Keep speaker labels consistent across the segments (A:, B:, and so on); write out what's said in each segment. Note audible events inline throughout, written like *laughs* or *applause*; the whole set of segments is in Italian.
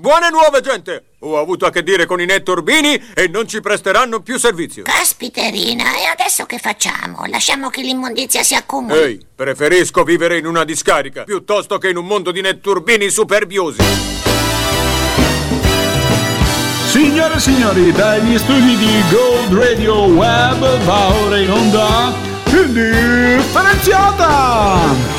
A: buone nuove, gente! Ho avuto a che dire con i netturbini e non ci presteranno più servizio.
B: Caspiterina, e adesso che facciamo? Lasciamo che l'immondizia si accumuli?
A: Ehi, preferisco vivere in una discarica piuttosto che in un mondo di netturbini superbiosi.
C: Signore e signori, dagli studi di Gold Radio Web va ora in onda Indifferenziata!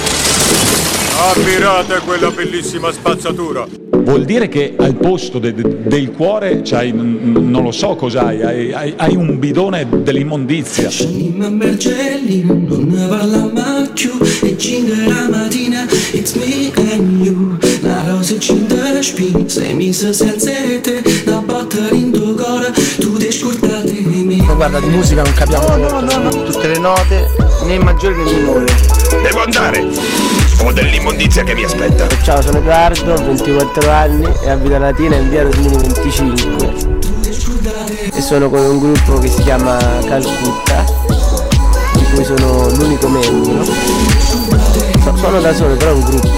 A: Ammirate quella bellissima spazzatura.
D: Vuol dire che al posto de- de- del cuore c'hai, n- n- non lo so cos'hai, hai, hai- hai un bidone dell'immondizia.
E: Scendi a Bergelli, non parla mai più E cinque la mattina, it's me and you La rosa cinta spin, sei messa senza te La botta in tuo cuore, tu descurtatemi
F: Guarda, di musica non capiamo no, no, no, no. tutte le note, né maggiori né minori.
G: Devo andare! Ho dell'immondizia che mi aspetta.
F: Ciao, sono Edoardo, 24 anni e abito a Latina in via Rosmini 25. E sono con un gruppo che si chiama Calcutta, di cui sono l'unico membro. So- sono da solo, però è un gruppo.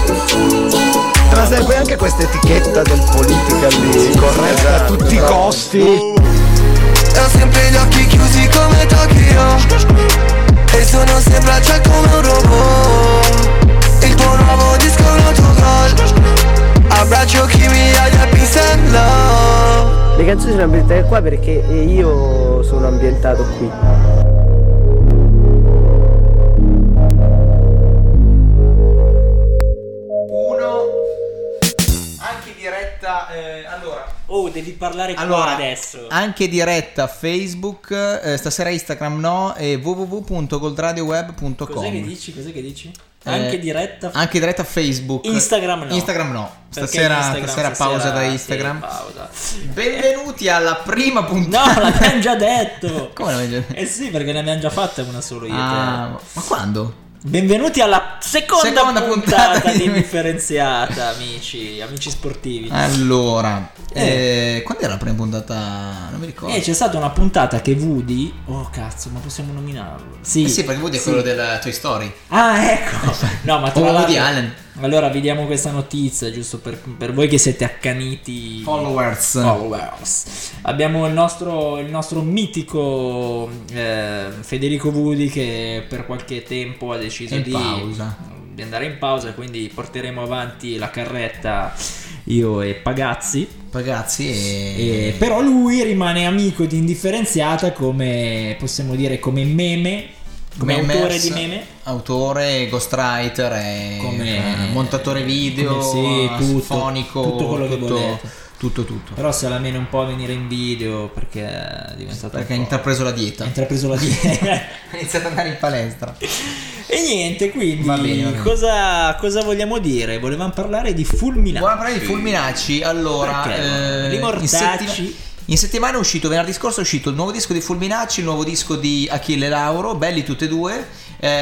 H: Ma serve anche questa etichetta del politica lì, corretta a tutti i costi.
E: Ho sempre gli occhi chiusi come Tokyo E sono sempre al cielo come un robot Il tuo nuovo disco è un autogol Abbraccio chi mi ha gli happy and love
F: Le canzoni sono ambientate qua perché io sono ambientato qui.
I: Anche diretta. allora. Oh, devi parlare
J: Allora,
I: qua adesso.
J: Anche diretta Facebook, eh, stasera Instagram no e www.goldradioweb.com.
I: Cos'è che dici? Cos'è che dici? anche
J: Eh,
I: diretta.
J: anche diretta Facebook.
I: Instagram no.
J: Instagram no.
I: Perché
J: Stasera,
I: Instagram
J: stasera pausa da
I: sì,
J: Instagram.
I: pausa.
J: Benvenuti alla prima puntata.
I: No, *laughs* l'abbiamo già detto.
J: *laughs* Come l'abbiamo già
I: Eh sì, perché ne abbiamo già fatta una solo io. e te.
J: Ah, ma quando?
I: Benvenuti alla seconda,
J: Seconda
I: puntata,
J: puntata
I: di
J: di-
I: Indifferenziata, amici, amici sportivi.
J: Allora,
I: Eh.
J: eh, quando era la prima puntata? Non mi ricordo.
I: Eh, c'è stata una puntata che Woody. Oh, cazzo, ma possiamo nominarlo?
J: Eh sì, perché Woody è
I: sì.
J: quello della Toy Story.
I: Ah, ecco.
J: *laughs*
I: No, ma tra
J: O Woody
I: l'altro-
J: Allen.
I: Allora, vediamo questa notizia, giusto per, per voi che siete accaniti.
J: Followers.
I: Followers. Abbiamo il nostro, il nostro mitico eh, Federico Woody che per qualche tempo ha deciso
J: In
I: di,
J: pausa.
I: di andare in pausa, quindi porteremo avanti la carretta io e Pagazzi.
J: Ragazzi, eh, e...
I: E- però lui rimane amico di Indifferenziata come possiamo dire come meme, come, autore
J: emerso-
I: di meme.
J: Autore, ghostwriter, e eh,
I: Come-
J: montatore video,
I: come sì, tutto,
J: fonico,
I: tutto quello che
J: tutto,
I: volete.
J: tutto, tutto.
I: Però se la meno un po' a venire in video perché è diventata
J: Perché ha
I: un po'-
J: intrapreso la
I: ha *laughs*
J: dieta.
I: intrapreso
J: *laughs*
I: la dieta.
J: Ha iniziato ad andare in palestra.
I: e niente, quindi
J: Va bene, va bene.
I: Cosa, cosa vogliamo dire? Volevamo parlare di fulminati.
J: Buona parola di Fulminacci. Allora,
I: Perché?
J: eh, in,
I: Rimortacci.
J: settima- in settimana è uscito, venerdì scorso è uscito il nuovo disco di Fulminacci, il nuovo disco di Achille Lauro, belli tutti e due.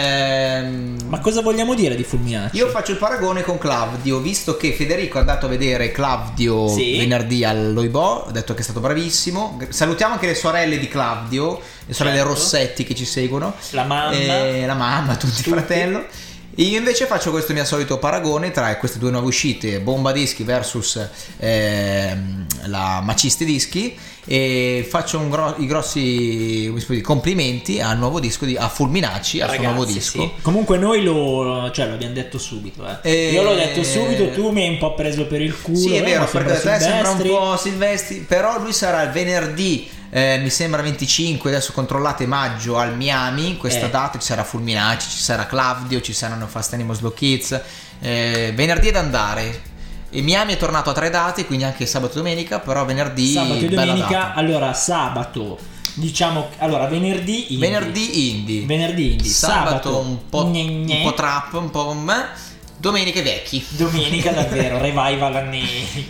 J: Ehm,
I: Ma cosa vogliamo dire di fulminati?
J: io faccio il paragone con Claudio, visto che Federico è andato a vedere Claudio
I: Sì.
J: venerdì all'Oibò, ha detto che è stato bravissimo. Gr- Salutiamo anche le sorelle di Claudio, le sorelle
I: Certo.
J: Rossetti che ci seguono.
I: La mamma.
J: Eh, la mamma, tutti,
I: Tutti.
J: i fratello. Io invece faccio questo mio solito paragone tra queste due nuove uscite, Bomba Dischi versus ehm, la Macisti Dischi e faccio un gro- i grossi come si può dire, complimenti al nuovo disco di, a Fulminacci, al suo
I: Ragazzi,
J: nuovo disco.
I: sì. Comunque noi lo, cioè, l'abbiamo detto subito. eh.
J: Eh,
I: Io l'ho detto subito, tu mi hai un po' preso per il culo.
J: Sì, è
I: eh,
J: vero,
I: ma
J: perché
I: sembra
J: te sembra un
I: Silvestri.
J: po' Silvestri, però lui sarà il venerdì, eh, mi sembra 25, adesso controllate maggio al Miami, in questa
I: Eh.
J: data ci sarà Fulminacci, ci sarà Claudio, ci saranno Fast Animals Slow Kids, eh, venerdì è da andare. E Miami è tornato a tre date, quindi anche sabato e domenica, però venerdì...
I: Sabato e
J: bella
I: domenica,
J: data.
I: allora sabato, diciamo, allora venerdì indie.
J: Venerdì indie.
I: Venerdì indie,
J: Sabato,
I: sabato
J: un, po',
I: gne
J: un
I: gne.
J: po' trap, un po'... meh. Domenica i vecchi. *laughs*
I: Domenica davvero, revival anni.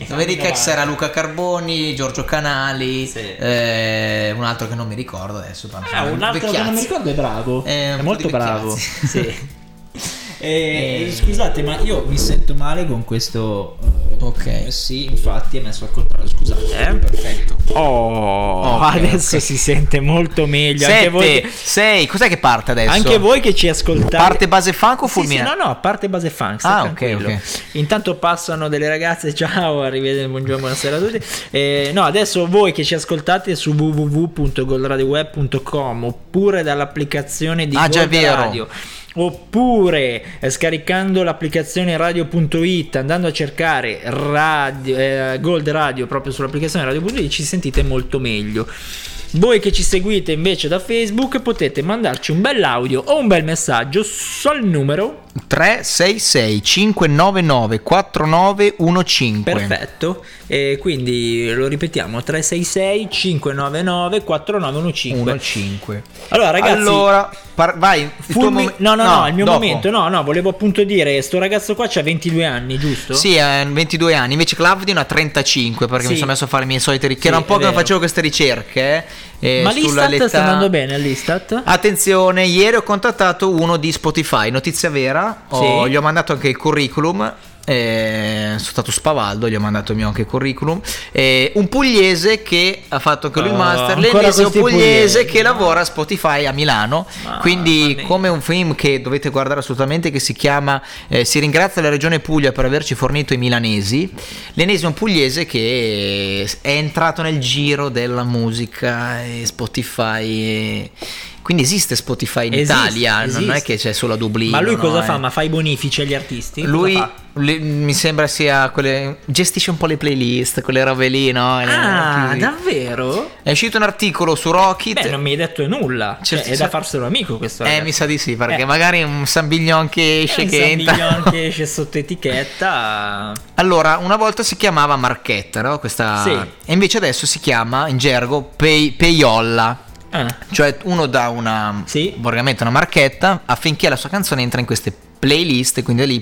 J: Domenica
I: anni
J: ci sarà Luca Carboni, Giorgio Canali,
I: Sì.
J: eh, un altro che non mi ricordo adesso. però
I: 90.
J: insomma,
I: Ah, un altro che non mi
J: vecchiazzi.
I: ricordo è bravo.
J: Eh, un
I: è
J: po'
I: molto
J: di
I: bravo.
J: vecchiazzi. *laughs*
I: *laughs* Sì. Eh,
J: Eh.
I: Scusate, ma io mi sento male con questo eh, Ok. Sì, infatti è messo al contrario. Scusate. eh. Perfetto. Oh,
K: Ok,
I: adesso si sente molto meglio. Anche voi.
J: 7, 6, cos'è che parte adesso?
I: Anche voi che ci ascoltate.
J: Parte base funk o
I: Sì, sì,
J: fulmina?
I: no, no, a parte base funk. stai
J: Ah, ok,
I: tranquillo.
J: ok.
I: Intanto passano delle ragazze. Ciao, arrivederci, buongiorno, buonasera a tutti. Eh, no, adesso voi che ci ascoltate su www.goldradioweb.com oppure dall'applicazione di
J: Ah, già, è
I: Gold
J: vero.
I: Radio. Oppure eh, scaricando l'applicazione radio.it, andando a cercare radio- eh, Gold Radio proprio sull'applicazione radio.it, ci sentite molto meglio. Voi che ci seguite invece da Facebook potete mandarci un bel audio o un bel messaggio sul numero
J: 366 599 4915
I: perfetto. E quindi lo ripetiamo 366 599 4915.
J: 15
I: Allora ragazzi,
J: Allora, par- vai, il tuo
I: fulmi-
J: momen-
I: no, no, no, il mio
J: dopo.
I: momento. No, no, volevo appunto dire, sto ragazzo qua c'ha 22 anni, giusto?
J: Sì, ha 22 anni, invece Claudio ne ha 35 perché
I: Sì.
J: mi sono messo a fare le mie solite
I: Sì,
J: ricerche. Era un
I: è
J: po' che non
I: vero.
J: facevo queste ricerche. eh,
I: Ma
J: sulla
I: l'Istat
J: l'età.
I: sta andando bene all'Istat?
J: Attenzione, ieri ho contattato uno di Spotify, notizia vera, ho-
I: Sì.
J: gli ho mandato anche il curriculum. eh, sono stato spavaldo, gli ho mandato il mio anche il curriculum. eh, un pugliese che ha fatto anche lui il
I: Oh,
J: master.
I: ancora
J: L'ennesimo
I: questi
J: pugliese
I: pugliesi,
J: che lavora a Spotify a Milano.
I: Mamma
J: Quindi,
I: mia.
J: come un film che dovete guardare assolutamente, che si chiama eh, Si ringrazia la regione Puglia per averci fornito i milanesi. L'ennesimo pugliese che è entrato nel giro della musica e Spotify. e- Quindi esiste Spotify in
I: Esiste,
J: Italia, non è
I: esiste.
J: che c'è solo a Dublino.
I: Ma lui
J: no,
I: cosa fa?
J: eh.
I: Ma fa i bonifici agli artisti?
J: Lui
I: Cosa fa?
J: le- mi sembra sia quelle. gestisce un po' le playlist, quelle robe lì, no? Le-
I: Ah,
J: chi-
I: davvero?
J: È uscito un articolo su Rocket.
I: Beh, non mi hai detto nulla. Cioè,
J: Certo,
I: è da
J: certo.
I: farselo amico questo
J: Eh,
I: ragazzo.
J: mi sa di sì, perché
I: Eh.
J: magari un San Biglion che esce
I: Eh,
J: che
I: San
J: entra.
I: Biglion che esce sotto etichetta.
J: *laughs* Allora, una volta si chiamava Marchetta, no? Questa...
I: Sì.
J: E invece adesso si chiama in gergo pei- Peiolla.
I: Ah,
J: Cioè, uno dà una.
I: Sì.
J: Borgamento, una marchetta affinché la sua canzone entra in queste playlist. e Quindi è lì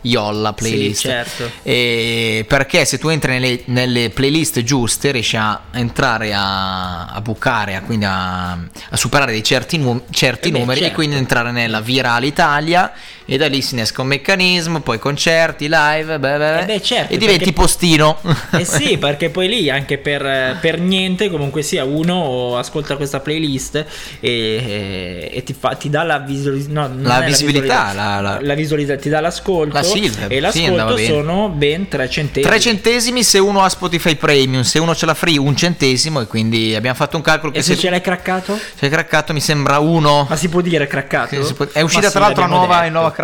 J: Peiolla playlist.
I: Sì, certo.
J: E perché se tu entri nelle, nelle playlist giuste riesci a entrare a, a bucare, a, quindi a, a superare dei certi, nu- certi
I: Eh beh,
J: numeri
I: certo.
J: e quindi entrare nella virale Italia e da lì si innesca un meccanismo, poi concerti, live, beh, beh,
I: Eh beh, certo,
J: e diventi
I: perché-
J: postino.
I: Eh sì, perché poi lì anche per, per niente, comunque sia, uno ascolta questa playlist e, e- e ti, fa- ti dà la, visualis- no, non
J: La
I: è
J: visibilità,
I: la,
J: la- la-
I: visualizzazione, ti dà l'ascolto
J: La silver,
I: e
J: sì, andava
I: l'ascolto
J: bene.
I: sono ben 3 centesimi.
J: 3 centesimi se uno ha Spotify Premium, se uno ce l'ha free un centesimo e quindi abbiamo fatto un calcolo che
I: E se
J: se,
I: ce l'hai craccato?
J: se è craccato mi sembra uno.
I: Ma si può dire craccato?
J: Che si può- È
I: Ma
J: uscita
I: sì,
J: tra l'altro la
I: l'abbiamo
J: nuova,
I: detto.
J: il nuova crack.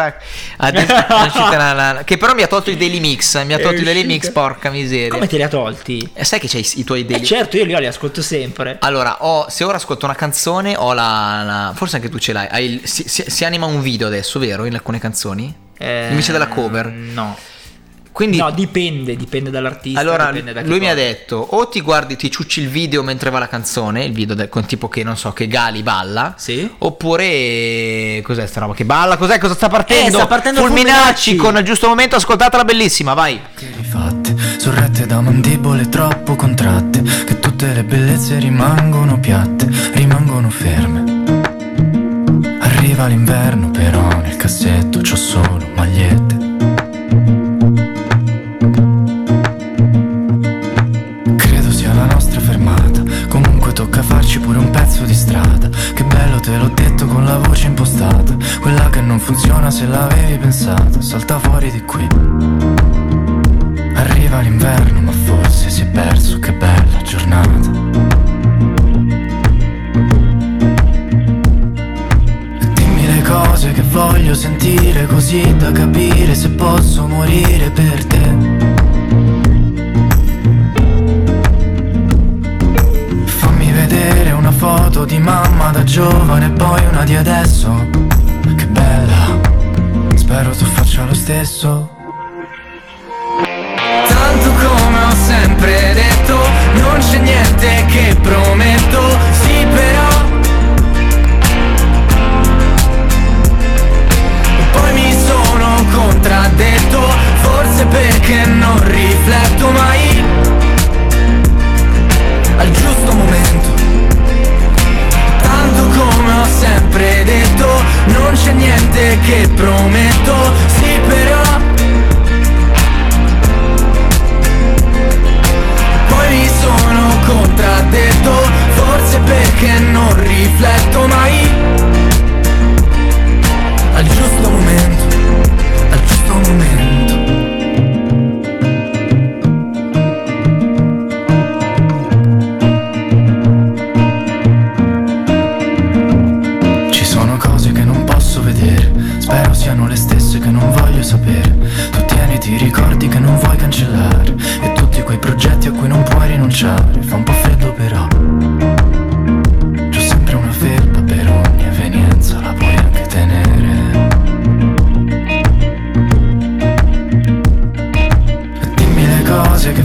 J: Ah, di- è uscita la- la- che però mi ha tolto i daily mix. Mi ha
I: È
J: tolto i daily
I: uscita.
J: mix, porca miseria.
I: Come te li ha tolti?
J: Eh, sai che c'hai i, i tuoi daily
I: Eh certo, io li, li ascolto sempre.
J: Allora, ho- se ora ascolto una canzone, ho la. la- forse anche tu ce l'hai. hai il- si, si- si anima un video adesso, vero? In alcune canzoni?
I: Eh,
J: Invece della cover.
I: No.
J: Quindi.
I: No, dipende, dipende dall'artista.
J: Allora,
I: dipende da chi
J: lui mi ha
I: porta.
J: detto: o ti guardi, ti ciucci il video mentre va la canzone, il video del- con tipo che non so, che Gali balla.
I: Sì.
J: Oppure, cos'è sta roba che balla? Cos'è? Cosa sta partendo?
I: Eh, sta partendo
J: Fulminacci
I: Fulminacci.
J: con il giusto momento, ascoltatela bellissima, vai.
L: rifatte, sorrette da mandibole troppo contratte, che tutte le bellezze rimangono piatte, rimangono ferme. Arriva l'inverno però nel cassetto c'ho solo magliette. Credo sia la nostra fermata, comunque tocca farci pure un pezzo di strada. Che bello te l'ho detto con la voce impostata, quella che non funziona se l'avevi pensata, salta fuori di qui. Arriva l'inverno, ma forse si è perso, che bella giornata. Dimmi le cose che voglio sentire, così da capire se posso morire per te. Fammi vedere una foto di mamma da giovane e poi una di adesso. Che bella, spero tu faccia lo stesso.
E: Tanto come ho sempre detto, non c'è niente che prometto, sì però. Poi mi sono contraddetto, forse perché non rifletto mai al giusto momento. Tanto come ho sempre detto, non c'è niente che prometto, sì però.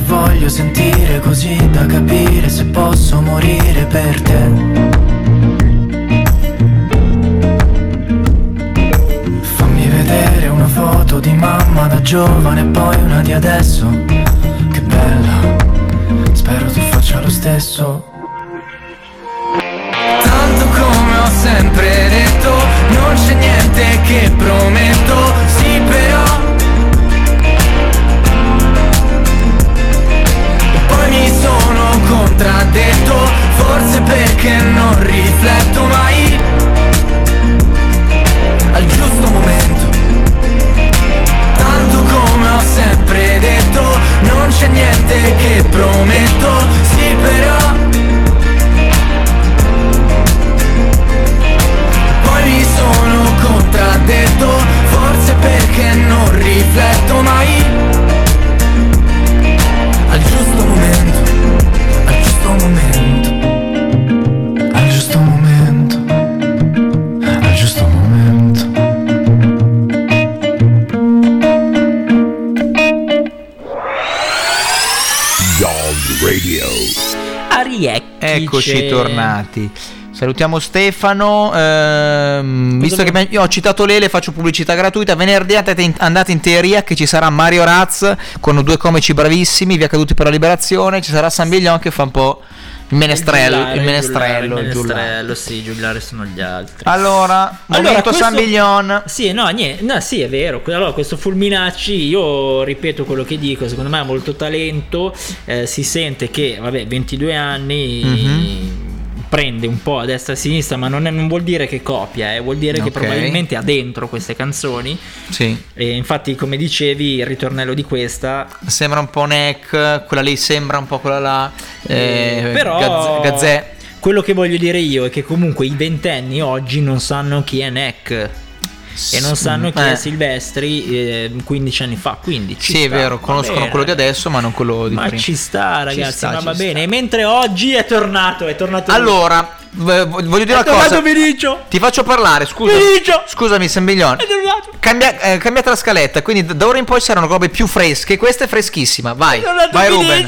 L: voglio sentire così da capire se posso morire per te. Fammi vedere una foto di mamma da giovane e poi una di adesso. Che bella, spero tu faccia lo stesso.
K: Tanto come ho sempre detto, non c'è niente che prometto, sì però. Poi mi sono contraddetto, forse perché non rifletto mai al giusto momento. Tanto come ho sempre detto, non c'è niente che prometto, sì però. Poi mi sono contraddetto, forse perché non rifletto mai al giusto momento, al giusto momento.
L: Al giusto momento, al giusto momento.
G: Dog Radio.
J: Eccoci tornati. Salutiamo Stefano. ehm, visto che
I: abbiamo-
J: abbiamo- io ho citato Lele, faccio pubblicità gratuita. Venerdì andate in, andate in teoria che ci sarà Mario Raz con due comici bravissimi, via caduti per la liberazione. Ci sarà San Biglion che fa un po' il menestrello.
I: Giullare,
J: il menestrello,
I: Giullare,
J: il
I: il
J: giullare.
I: menestrello, sì, i giullare sono gli altri.
J: Allora, momento San Biglion.
I: Sì, no, niente, no, sì, è vero. Que- Allora, questo Fulminacci, io ripeto quello che dico, secondo me ha molto talento, eh, si sente che, vabbè, 22 anni
J: Mhm.
I: prende un po' a destra e a sinistra, ma non, è- non vuol dire che copia, eh, vuol dire
J: Ok.
I: che probabilmente ha dentro queste canzoni.
J: Sì.
I: E infatti, come dicevi, il ritornello di questa
J: Sembra un po' Neck, quella lì sembra un po' quella là. eh,
I: però
J: Gazz- Gazzè.
I: quello che voglio dire io è che comunque i ventenni oggi non sanno chi è Neck e non sanno chi
J: eh.
I: è Silvestri eh, 15 anni fa, quindi ci
J: Sì, è
I: sta,
J: vero,
I: va
J: conoscono
I: bene.
J: quello di adesso, ma non quello di
I: Ma
J: prima.
I: ci sta,
J: Ci
I: ragazzi,
J: sta,
I: ma
J: ci
I: va
J: sta.
I: bene. E mentre oggi è tornato, è tornato lui.
J: Allora, v- voglio dire
I: È
J: una cosa.
I: tornato Vinicio.
J: Ti faccio parlare, scusa. Scusami, Sembiglione.
I: È tornato.
J: Cambia, eh, cambiate la scaletta, quindi da- da ora in poi saranno robe più fresche. Questa è freschissima. Vai,
I: tornato
J: vai Ruben.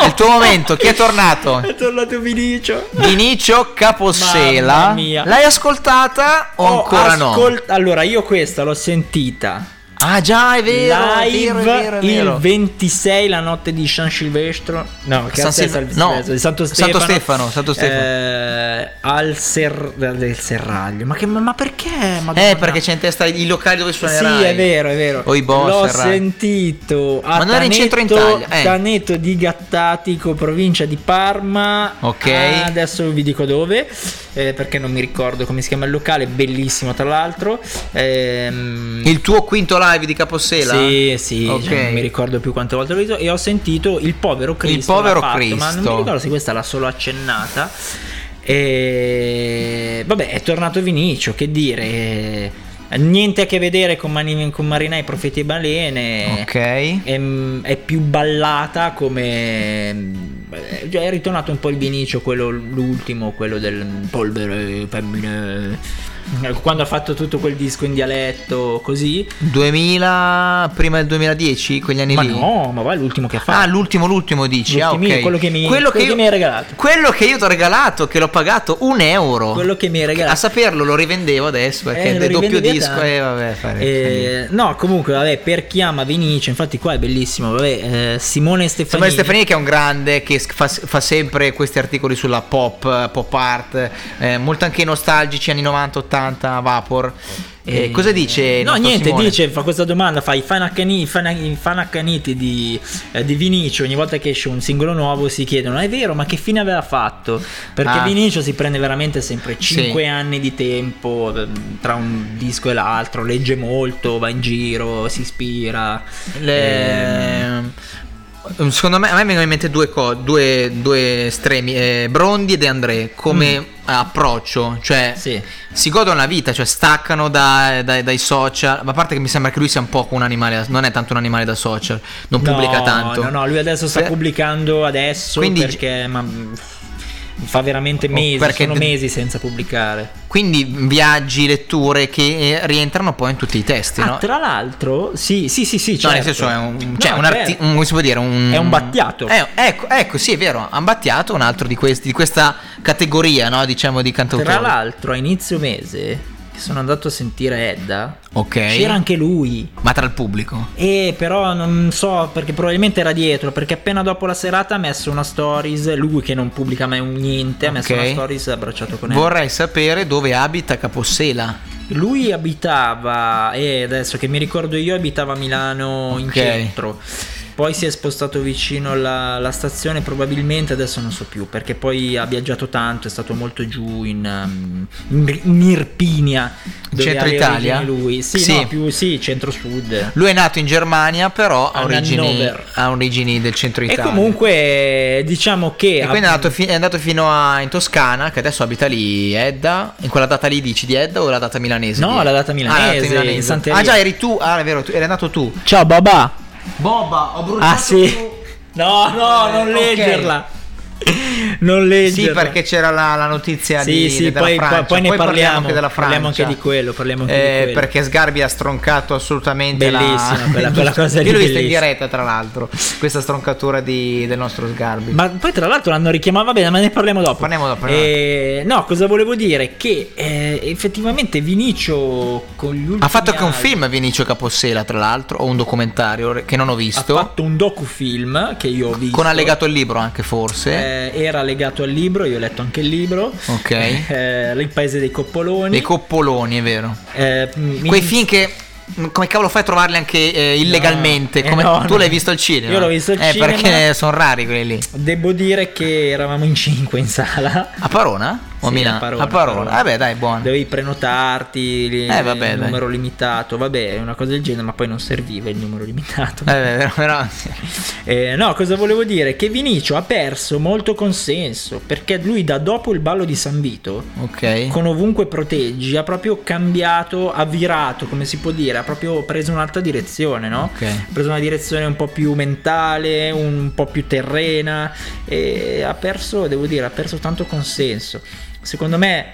J: È il tuo momento. Chi è tornato?
I: *laughs* È tornato Vinicio.
J: Vinicio Capossela.
I: Mamma mia.
J: L'hai ascoltata o
I: Ho
J: ancora
I: ascol- Oh, Allora, io questa l'ho sentita.
J: Ah già, è vero, è vero,
I: Live
J: è vero, è vero.
I: il 26 la notte di San Silvestro. No, che
J: San
I: cazzo è
J: Silve-
I: San
J: no,
I: Silvestro? Di Santo Stefano.
J: Santo Stefano, Santo Stefano.
I: Eh, al ser- del serraglio. Ma, che- ma- ma perché?
J: no? Eh, perché c'è in testa i locali dove suonerai. boh,
I: Sì, è vero, è vero.
J: O i boss.
I: L'ho
J: Rai.
I: sentito a
J: Ma non era in centro
I: Taneto-
J: Italia, eh.
I: Taneto di Gattatico, provincia di Parma.
J: Ok.
I: Ah, adesso vi dico dove, eh, perché non mi ricordo come si chiama il locale, bellissimo tra l'altro. Ehm,
J: Il tuo quinto live di Capossela?
I: Sì, sì,
J: Ok.
I: cioè, non mi ricordo più quante volte l'ho visto e ho sentito il povero Cristo. l'ha
J: povero
I: fatto, Ma non
J: Cristo.
I: mi ricordo se questa l'ha solo accennata. E vabbè, è tornato Vinicio, che dire. eh, Niente a che vedere con, Mani- con Marinai, Profeti e Balene.
J: Ok.
I: È, è più ballata come... cioè, è ritornato un po' il Vinicio, quello l'ultimo, quello del polvere femmine. Quando ha fatto tutto quel disco in dialetto, così.
J: 2000 prima del 2010, quegli anni
I: Ma
J: lì.
I: no, ma vai l'ultimo che ha fatto.
J: Ah, l'ultimo, l'ultimo dici. ah,
I: L'ultimo,
J: ok.
I: quello che mi-
J: quello
I: quello
J: che
I: che
J: io-
I: mi hai regalato.
J: Quello che io ti ho regalato, che l'ho pagato un euro.
I: Quello che mi hai regalato.
J: A saperlo lo rivendevo adesso Ah, perché
I: Eh,
J: è
I: lo
J: del doppio
I: rivendi via
J: disco.
I: tanto.
J: E vabbè, fare.
I: Eh, no, comunque, vabbè, per chi ama Vinicio, infatti qua è bellissimo, vabbè, eh, Simone Stefanini.
J: Samuele Stefanini che è un grande che s- fa, fa sempre questi articoli sulla pop, eh, pop art, eh, molto anche nostalgici anni 90-80, Vapor. Eh,
I: Eh,
J: cosa dice? il
I: No,
J: nostro
I: niente,
J: Simone?
I: dice, fa questa domanda, fa i fan accani- i fan- i fan accaniti di, eh, di Vinicio, ogni volta che esce un singolo nuovo si chiedono, è vero, ma che fine aveva fatto? Perché
J: Ah.
I: Vinicio si prende veramente sempre
J: Sì.
I: 5 anni di tempo eh, tra un disco e l'altro, legge molto, va in giro, si ispira.
J: Le-
I: Ehm,
J: Secondo me, a me vengono in mente due, co- due, due estremi, eh, Brondi e De André, come
I: Mm.
J: approccio, cioè si godono la vita, cioè staccano da- dai- dai social, ma a parte che mi sembra che lui sia un po' un animale, non è tanto un animale da social, non
I: No,
J: pubblica tanto.
I: No, no, lui adesso sta
J: Per-
I: pubblicando adesso
J: Quindi-
I: perché ma, fa veramente mesi,
J: Oh, perché
I: sono
J: d-
I: mesi senza pubblicare.
J: Quindi viaggi, letture che eh, rientrano poi in tutti i testi,
I: Ah,
J: no?
I: tra l'altro, sì, sì, sì, sì,
J: No, nel
I: certo.
J: senso è un,
I: No,
J: cioè un, arti-
I: certo.
J: un- come si può dire, un...
I: È un battiato.
J: Eh, ecco, ecco, sì, è vero, un battiato, un altro di, questi, di questa categoria, no, diciamo, di cantautori.
I: Tra l'altro, a inizio mese che sono andato a sentire Edda.
J: Ok.
I: C'era anche lui.
J: Ma tra il pubblico?
I: E però non so perché probabilmente era dietro. Perché appena dopo la serata ha messo una stories. Lui che non pubblica mai un niente, ha messo
J: Ok.
I: una stories abbracciato con Edda.
J: Vorrei sapere dove abita Capossela.
I: Lui abitava, e adesso che mi ricordo io, abitava a Milano in
J: Ok.
I: centro. Poi si è spostato vicino alla, alla stazione, probabilmente adesso non so più, perché poi ha viaggiato tanto, è stato molto giù in, um, in- in Irpinia, dove
J: Centro
I: ha le
J: Italia?
I: origini Lui. Sì,
J: Sì.
I: no, più sì, centro-sud.
J: Lui è nato in Germania, però ha
I: Ad
J: origini,
I: Hannover.
J: ha origini del centro
I: E
J: Italia.
I: comunque diciamo che...
J: E quindi è andato, fi- è andato fino a in Toscana, che adesso abita lì Edda. In quella data lì dici di Edda o la data milanese?
I: No,
J: di-
I: la data milanese,
J: Ah, la data
I: in Santeria.
J: Ah, già, eri tu. Ah, è vero, tu- eri andato tu.
I: Ciao babà!
J: Boba, ho bruciato.
I: Ah sì! No, no, non leggerla! Non leggerla!
J: Sì, perché c'era la, la notizia
I: Sì,
J: di,
I: sì,
J: della
I: poi-
J: Francia.
I: poi- poi ne
J: parliamo
I: parliamo,
J: anche della Francia.
I: parliamo anche di quello, parliamo anche di
J: Eh,
I: quello.
J: Perché Sgarbi ha stroncato assolutamente la-
I: Bellissima quella-
J: *laughs*
I: quella cosa lì,
J: Io l'ho vista in
I: bellissima.
J: diretta, tra l'altro, questa stroncatura di- del nostro Sgarbi.
I: Ma poi tra l'altro l'hanno richiamata, va bene, ma ne parliamo dopo.
J: Parliamo dopo, parliamo
I: Eh, no, cosa volevo dire? Che eh, effettivamente Vinicio con gli ultimi
J: Ha fatto anche un
I: anni
J: film Vinicio Capossela, tra l'altro, o un documentario re- che non ho
I: Ha
J: visto.
I: fatto un docufilm che io ho visto.
J: Con allegato il libro anche forse.
I: Eh, era legato al libro, io ho letto anche il libro.
J: Ok.
I: Eh, il paese dei coppoloni.
J: Dei coppoloni, è vero.
I: Eh, m-
J: Quei
I: mi-
J: film che. m, Come cavolo fai a trovarli anche eh,
I: No,
J: illegalmente?
I: eh
J: Come-
I: no,
J: tu
I: no.
J: l'hai visto al cinema?
I: Io l'ho visto al
J: eh,
I: cinema.
J: perché sono rari quelli lì.
I: Devo dire che eravamo in cinque in sala.
J: A Parona? O a
I: Sì,
J: Milano?
I: a Parona,
J: A Parona.
I: a Parona.
J: Vabbè, Eh dai, buono.
I: Dovevi prenotarti li-
J: Eh, vabbè,
I: il
J: dai.
I: numero limitato, vabbè, è una cosa del genere, ma poi non serviva il numero limitato.
J: Eh, beh, però- però-
I: Eh, no, cosa volevo dire? Che Vinicio ha perso molto consenso perché lui da dopo il ballo di San Vito,
J: Ok.
I: con ovunque proteggi, ha proprio cambiato, ha virato, come si può dire, ha proprio preso un'altra direzione, no?
J: Ok.
I: Ha preso una direzione un po' più mentale, un po' più terrena e ha perso, devo dire, ha perso tanto consenso. Secondo me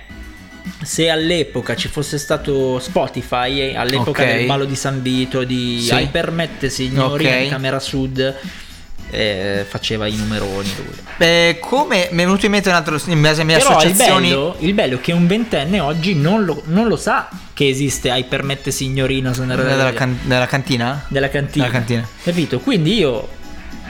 I: se all'epoca ci fosse stato Spotify, eh, all'epoca
J: Ok.
I: del ballo di San Vito, di
J: Sì.
I: Ai permette signori,
J: Ok.
I: in Camera Sud, eh, faceva i numeroni lui.
J: Eh, come mi è venuto in mente un altro. In base alle mie
I: Però il
J: associazioni.
I: bello, il bello è che un ventenne oggi non lo, non lo sa che esiste Ai permette signorina Sandra
J: Della,
I: della,
J: can- della cantina?
I: della cantina.
J: Della cantina.
I: Capito? Quindi io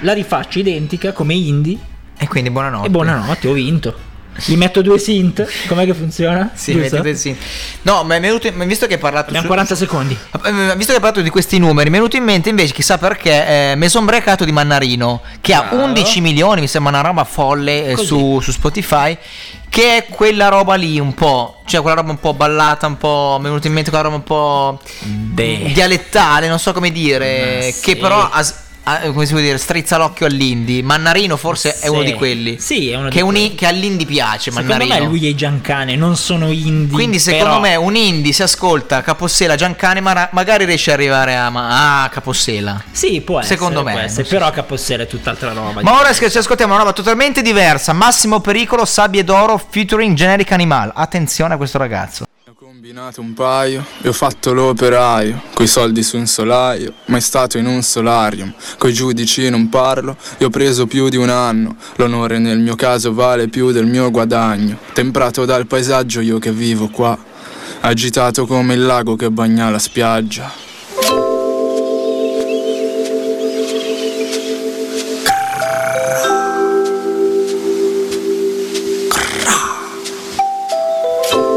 I: la rifaccio identica come Indy
J: E quindi buonanotte.
I: e buonanotte, ho vinto. Gli metto due synth, com'è che funziona?
J: Sì,
I: Giusto?
J: mettete sì. No, ma mi è venuto. in- Visto che hai parlato.
I: Abbiamo
J: su-
I: 40 secondi.
J: Eh, Visto che hai parlato di questi numeri, mi è venuto in mente invece, chissà perché, eh, Mesombriacato di Mannarino, che ha
I: Bravo.
J: 11 milioni, mi sembra una roba folle eh,
I: Così.
J: su, su Spotify, che è quella roba lì un po', cioè quella roba un po' ballata, un po', mi è venuto in mente quella roba un po' dialettale, non so come dire,
I: Ma
J: che
I: sì.
J: però ha s- ha- come si può dire, strizza l'occhio all'indie. Mannarino forse è uno
I: Sì.
J: di quelli.
I: Sì, è uno
J: che,
I: di
J: è un
I: quelli.
J: i- che all'indie piace,
I: Secondo
J: Mannarino.
I: me lui e i Giancane non sono indie.
J: Quindi secondo
I: però-
J: me un indie si ascolta Capossela, Giancane, ma magari riesce ad arrivare a, ma- a Capossela.
I: Sì, può essere.
J: secondo me,
I: può
J: non
I: essere,
J: so.
I: però Capossela è tutt'altra roba.
J: Ma ora che ci ascoltiamo una roba totalmente diversa, Massimo Pericolo, Sabbie d'Oro, featuring Generic Animal. Attenzione a questo ragazzo.
M: combinato un paio e ho fatto l'operaio, coi soldi su un solaio, mai stato in un solarium, coi giudici non parlo, e ho preso più di un anno, l'onore nel mio caso vale più del mio guadagno, temprato dal paesaggio io che vivo qua, agitato come il lago che bagna la spiaggia.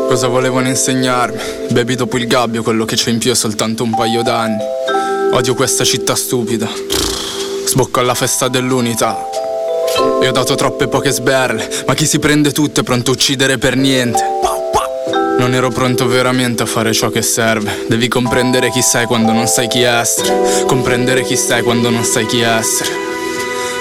M: Cosa volevano insegnarmi? Bevi dopo il gabbio quello che c'è in più è soltanto un paio d'anni. Odio questa città stupida. Sbocco alla festa dell'unità. E ho dato troppe poche sberle, ma chi si prende tutto è pronto a uccidere per niente. Non ero pronto veramente a fare ciò che serve. Devi comprendere chi sei quando non sai chi essere. Comprendere chi sei quando non sai chi essere.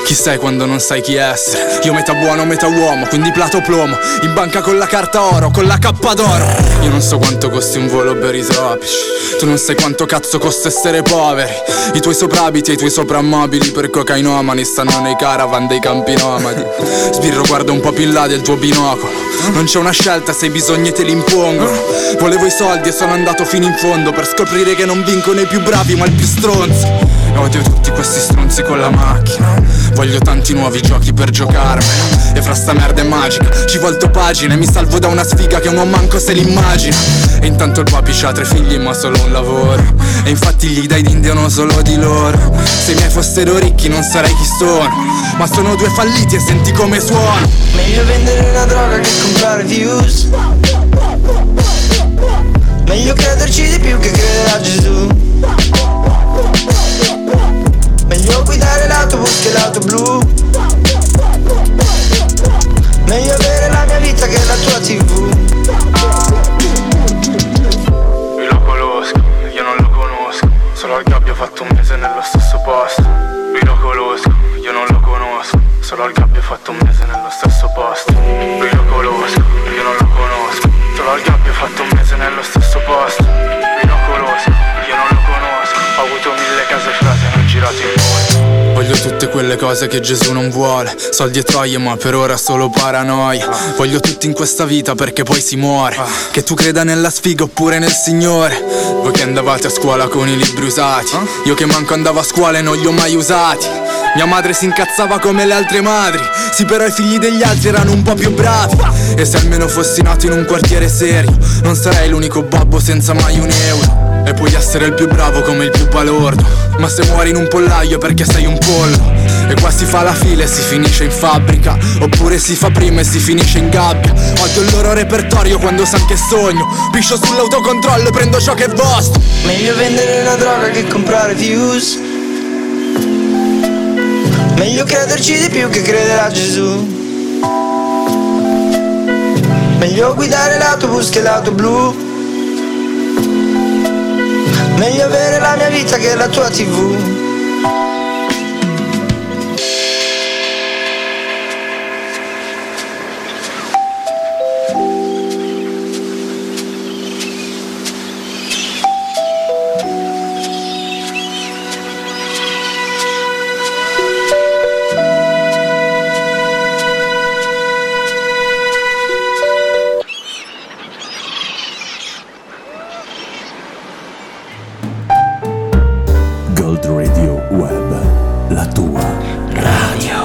M: Chi sei quando non sai chi essere? Io metà buono, metà uomo, quindi plato plomo. In banca con la carta oro, con la cappa d'oro. Io non so quanto costi un volo per i tropici. Tu non sai quanto cazzo costa essere poveri. I tuoi soprabiti e i tuoi soprammobili per cocainomani stanno nei caravan dei campi nomadi. Sbirro guarda un po' più in là del tuo binocolo. Non c'è una scelta se i bisogni te li impongono. Volevo i soldi e sono andato fino in fondo per scoprire che non vincono i più bravi ma il più stronzo. Odio tutti questi stronzi con la macchina Voglio tanti nuovi giochi per giocarmela E fra sta merda e magica Ci volto pagine Mi salvo da una sfiga che uno manco se l'immagina E intanto il papi c'ha tre figli ma solo un lavoro E infatti gli dai d'indiano solo di loro Se i miei fossero ricchi non sarei chi sono Ma sono due falliti e senti come suono
E: Meglio vendere una droga che comprare views Meglio crederci di più che credere a Gesù Meglio guidare l'autobus che l'auto blu Meglio avere la mia vita che la tua tv
M: Lui lo conosco, io non lo conosco Solo il gabbio ha fatto un mese nello stesso posto Lui lo conosco, io non lo conosco Solo il gabbio ha fatto un mese nello stesso posto Lui lo conosco, io non lo conosco Solo il gabbio ha fatto un mese nello stesso posto Lui lo conosco, io non lo conosco Ho avuto mille case frate, non ho girato il mondo Voglio tutte quelle cose che Gesù non vuole Soldi e troie ma per ora solo paranoia Voglio tutti in questa vita perché poi si muore Che tu creda nella sfiga oppure nel Signore Voi che andavate a scuola con i libri usati Io che manco andavo a scuola e non li ho mai usati Mia madre si incazzava come le altre madri Sì però i figli degli altri erano un po' più bravi E se almeno fossi nato in un quartiere serio Non sarei l'unico babbo senza mai un euro e puoi essere il più bravo come il più palordo Ma se muori in un pollaio è perché sei un pollo E qua si fa la fila e si finisce in fabbrica Oppure si fa prima e si finisce in gabbia Odio il loro repertorio quando san che sogno Piscio sull'autocontrollo e prendo ciò che è vostro
E: Meglio vendere una droga che comprare views Meglio crederci di più che credere a Gesù Meglio guidare l'autobus che l'auto blu Meglio avere la mia vita che la tua tv
N: Gold Radio Web, la tua radio.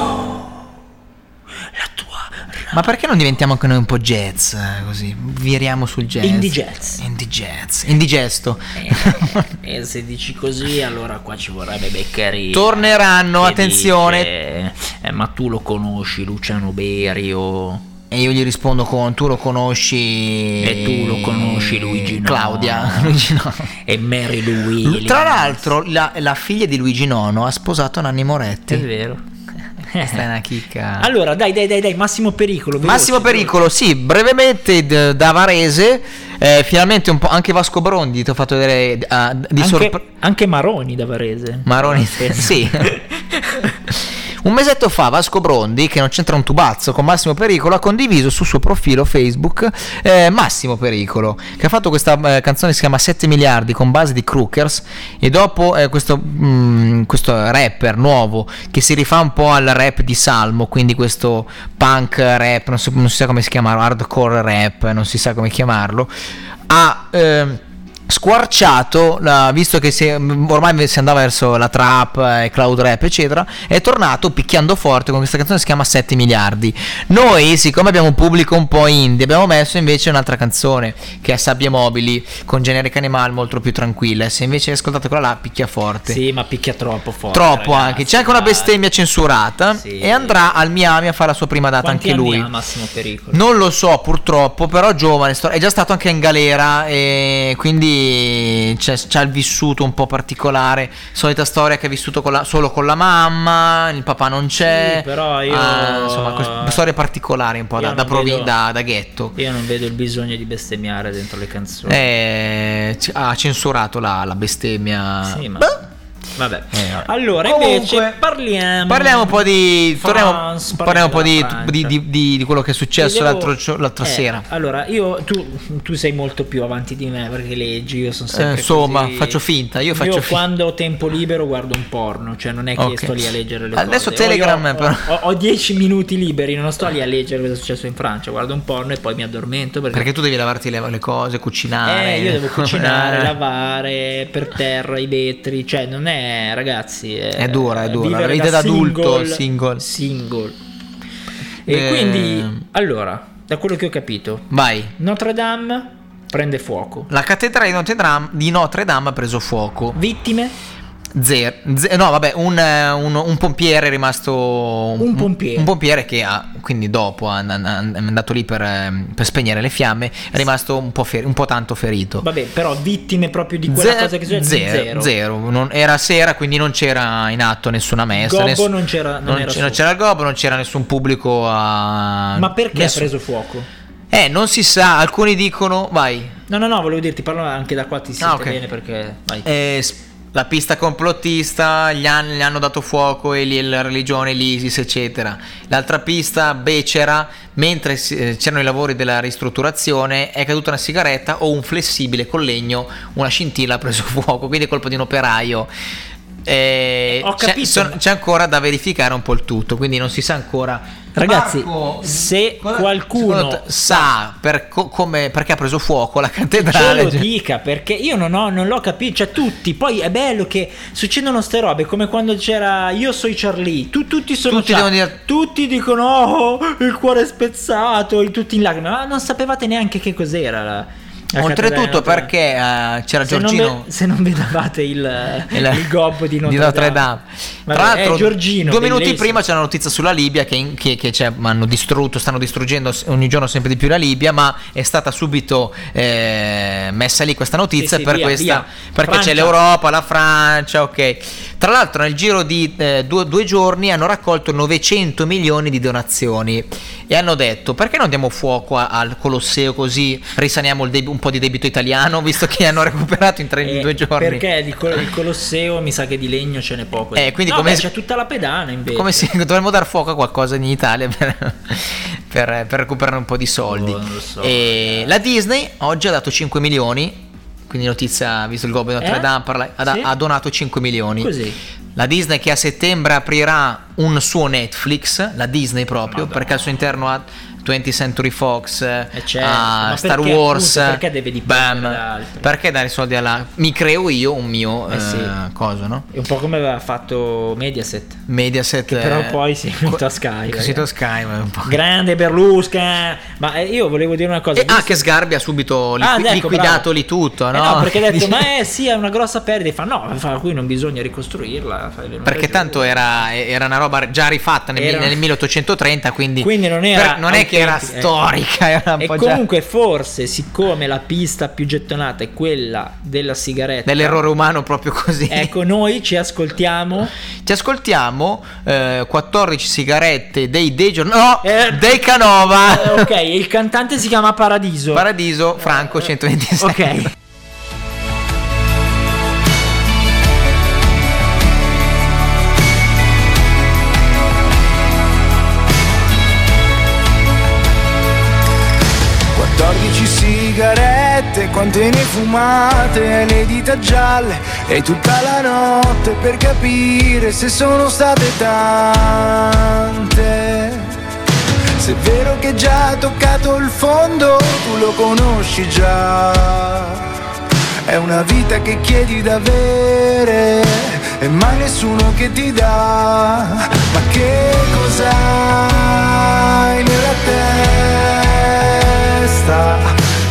J: Ma perché non diventiamo anche noi un po' jazz? eh, Così viriamo sul jazz.
I: Indie jazz. Eh.
J: Indie jazz. Indigesto.
I: E se dici così, allora qua ci vorrebbe Beccaria.
J: Torneranno,
I: che
J: attenzione.
I: dice, "Eh, ma tu lo conosci, Luciano Berio.
J: *laughs* E io gli rispondo con tu lo conosci.
I: E tu lo conosci, Luigi Nono.
J: Eh, Claudia. *laughs* Luigi Nono.
I: E Mary Louise.
J: Tra l'altro, la, la figlia di Luigi Nono ha sposato Nanni Moretti.
I: È vero.
J: Questa è una chicca.
I: Allora, dai, dai, dai, dai, Massimo Pericolo. veloce,
J: Eh, Massimo
I: veloce.
J: Pericolo, sì, brevemente d- da Varese, eh, finalmente un po' anche Vasco Brondi ti ho fatto vedere eh, ah, di
I: Anche-
J: sorpresa.
I: Anche Maroni da Varese. Eh,
J: Maroni, sì. Un mesetto fa Vasco Brondi, che non c'entra un tubazzo con Massimo Pericolo, ha condiviso sul suo profilo Facebook eh, Massimo Pericolo, che ha fatto questa eh, canzone che si chiama 7 miliardi con base di Crookers e dopo eh, questo, mm, questo rapper nuovo che si rifà un po' al rap di Salmo, quindi questo punk rap, non si, non si sa come si chiamarlo, hardcore rap, non si sa come chiamarlo, ha... ehm, squarciato, la- visto che si- mm, ormai si andava verso la trap, eh, cloud rap, eccetera, è tornato picchiando forte con questa canzone che si chiama 7 miliardi. Noi, siccome abbiamo un pubblico un po' indie, abbiamo messo invece un'altra canzone che è Sabbie Mobili con generica animal molto più tranquilla. Se invece ascoltate quella là, picchia forte.
I: *laughs* Sì, ma picchia troppo forte.
J: Troppo
I: ragazzi,
J: anche, c'è anche una
I: dai.
J: bestemmia censurata e andrà al Miami a fare la sua prima data
I: Quanti
J: anche
I: anni
J: lui.
I: ha Massimo Pericolo.
J: Non lo so purtroppo, però giovane, sto- è già stato anche in galera e quindi c'è, c'ha il vissuto un po' particolare, solita storia che ha vissuto con la- solo con la mamma, il papà non c'è,
I: Sì, però io-
J: Ah, insomma quest- storie particolari un po'
I: Io
J: da,
I: non
J: da provi-
I: vedo-
J: da- da ghetto.
I: Io non vedo il bisogno di bestemmiare dentro le canzoni.
J: Eh, c- ha censurato la, la bestemmia.
I: Sì, ma-
J: Beh,
I: Vabbè. Allora, invece, parliamo.
J: Eh, Parliamo un po' di. Torniamo,
I: France,
J: parliamo un po' di,
I: della
J: di- di- di- di quello che è successo
I: Ti devo-
J: l'altro gio- l'altra
I: Eh,
J: sera.
I: Allora, io tu, tu sei molto più avanti di me perché leggi, io sono sempre
J: Eh, insomma,
I: così-
J: faccio finta, io faccio finta.
I: quando ho tempo libero guardo un porno, cioè non è che
J: Ok.
I: sto lì a leggere le
J: Adesso
I: cose. Ho-
J: Telegram,
I: ho-
J: però.
I: Ho, ho 10 minuti liberi, non sto lì a leggere cosa è successo in Francia, guardo un porno e poi mi addormento perché,
J: Perché tu devi lavarti le, le cose, cucinare.
I: eh, io devo cucinare,
J: *laughs* Eh.
I: lavare per terra i vetri, cioè non è ragazzi, è,
J: È dura, è dura.
I: vivere
J: La vita
I: da
J: d'adulto,
I: single, single. E
J: Eh.
I: quindi allora, da quello che ho capito,
J: Vai.
I: Notre Dame prende fuoco.
J: La cattedrale di Notre Dame, di Notre Dame ha preso fuoco.
I: Vittime?
J: Zero. Ze- no, vabbè, un, eh, un- un pompiere è rimasto. Un
I: pompiere.
J: Un pompiere che ha, quindi dopo ha- ha- ha- è andato lì per, eh, per spegnere le fiamme, è rimasto un po', fer- un po' tanto ferito.
I: Vabbè, però vittime proprio di quella cosa che succede
J: zero,
I: zero.
J: zero. Non- era sera, quindi non c'era in atto nessuna messa.
I: Gobbo
J: ness-
I: non c'era, non
J: non
I: era
J: c'era- non
I: su.
J: c'era il gobbo, non c'era nessun pubblico a.
I: Ma perché
J: nessun-
I: ha preso fuoco?
J: Eh, non si sa, alcuni dicono. Vai.
I: No, no, no, volevo dirti, parlo anche da qua ti sente
J: Ah, ok.
I: bene perché vai.
J: Eh, s- la pista complottista, gli, han- gli hanno dato fuoco e lì la religione, l'ISIS, eccetera. L'altra pista, becera, mentre si- eh, c'erano i lavori della ristrutturazione, è caduta una sigaretta o un flessibile con legno, una scintilla ha preso *laughs* fuoco, quindi è colpa di un operaio. Eh,
I: Ho
J: c'è,
I: capito, ma-
J: c'è ancora da verificare un po' il tutto, quindi non si sa ancora.
I: Ragazzi,
J: Marco,
I: se
J: secondo te
I: qualcuno
J: sa per co- come- perché ha preso fuoco la cattedrale,
I: ce lo
J: cioè-
I: dica perché io non, ho, non l'ho capito, cioè tutti, poi è bello che succedono ste robe come quando c'era io sono Charlie, tu, tutti sono
J: Tutti
I: Charlie,
J: devono dire-
I: tutti dicono oh il cuore è spezzato, il- tutti in lacrime, ma non sapevate neanche che cos'era la, la
J: Oltretutto
I: cattedrale.
J: perché eh, c'era
I: se non,
J: Giorgino
I: ve- se non vedevate
J: *laughs*
I: il,
J: E la-
I: il gobbo di Notre,
J: di Notre Dame.
I: Vabbè,
J: Tra l'altro,
I: eh, Giorgino,
J: due minuti
I: bellissimo.
J: prima c'è una notizia sulla Libia che, in- che- che c'è- hanno distrutto, stanno distruggendo s- ogni giorno sempre di più la Libia, ma è stata subito eh, messa lì questa notizia
I: Sì, sì,
J: per
I: via,
J: questa,
I: via.
J: perché
I: Francia.
J: c'è l'Europa, la Francia, ok. Tra l'altro nel giro di eh, due, due giorni hanno raccolto 900 milioni di donazioni e hanno detto perché non diamo fuoco a- al Colosseo così risaniamo il deb- un po' di debito italiano visto che hanno recuperato in, tre- in
I: Eh,
J: due giorni.
I: Perché di col- il Colosseo mi sa che di legno ce n'è poco.
J: Eh, quindi
I: No,
J: come
I: beh,
J: si-
I: c'è tutta la pedana invece.
J: Come se *laughs* dovremmo dar fuoco a qualcosa in Italia per, per- per recuperare un po' di soldi. e la Disney oggi ha dato 5 milioni. Quindi notizia, visto il Goblin di Notre
I: Eh?
J: Dame, parla- ha, da-
I: Sì.
J: ha donato 5 milioni.
I: Così.
J: La Disney che a settembre aprirà un suo Netflix, la Disney proprio, perché al suo interno ha 20th Century Fox,
I: certo,
J: ha
I: ma
J: Star
I: perché,
J: Wars,
I: appunto, perché deve dipendere
J: Bam.
I: da altri?
J: Perché dare soldi alla... Mi creo io un mio
I: Eh sì.
J: eh, coso, no?
I: È un po' come aveva fatto Mediaset.
J: Mediaset...
I: Che però
J: eh,
I: poi si è venuto a Sky.
J: Che
I: ragazzi.
J: sito Sky, ma è un po'.
I: Grande Berlusca. Ma eh, io volevo dire una cosa.
J: E ah, che Sgarbi ha subito liqui-
I: Ah, ecco,
J: liquidato
I: bravo.
J: lì tutto,
I: Eh
J: no?
I: no, perché ha detto,
J: Dice-
I: ma eh sì, è una grossa perdita. Fa, no, fa, qui non bisogna ricostruirla. fa, non
J: Perché
I: ragione.
J: tanto era, era una roba già rifatta nel,
I: Era-
J: nel 1830, quindi,
I: Quindi non era
J: per- non è che era
I: autentica, eh.
J: storica, era un
I: E
J: po' già
I: comunque, forse, siccome la pista più gettonata è quella della sigaretta,
J: dell'errore umano proprio così.
I: Ecco, noi ci ascoltiamo.
J: Ci ascoltiamo eh, 14 sigarette dei De Gior- no, dei Canova.
I: Eh, ok, il cantante si chiama Paradiso.
J: Paradiso Franco *laughs* 126.
I: Eh, Ok.
K: sigarette, quante ne fumate, le dita gialle e tutta la notte per capire se sono state tante. Se è vero che già ha toccato il fondo, tu lo conosci già. È una vita che chiedi d'avere e mai nessuno che ti dà. Ma che cos'hai nella testa?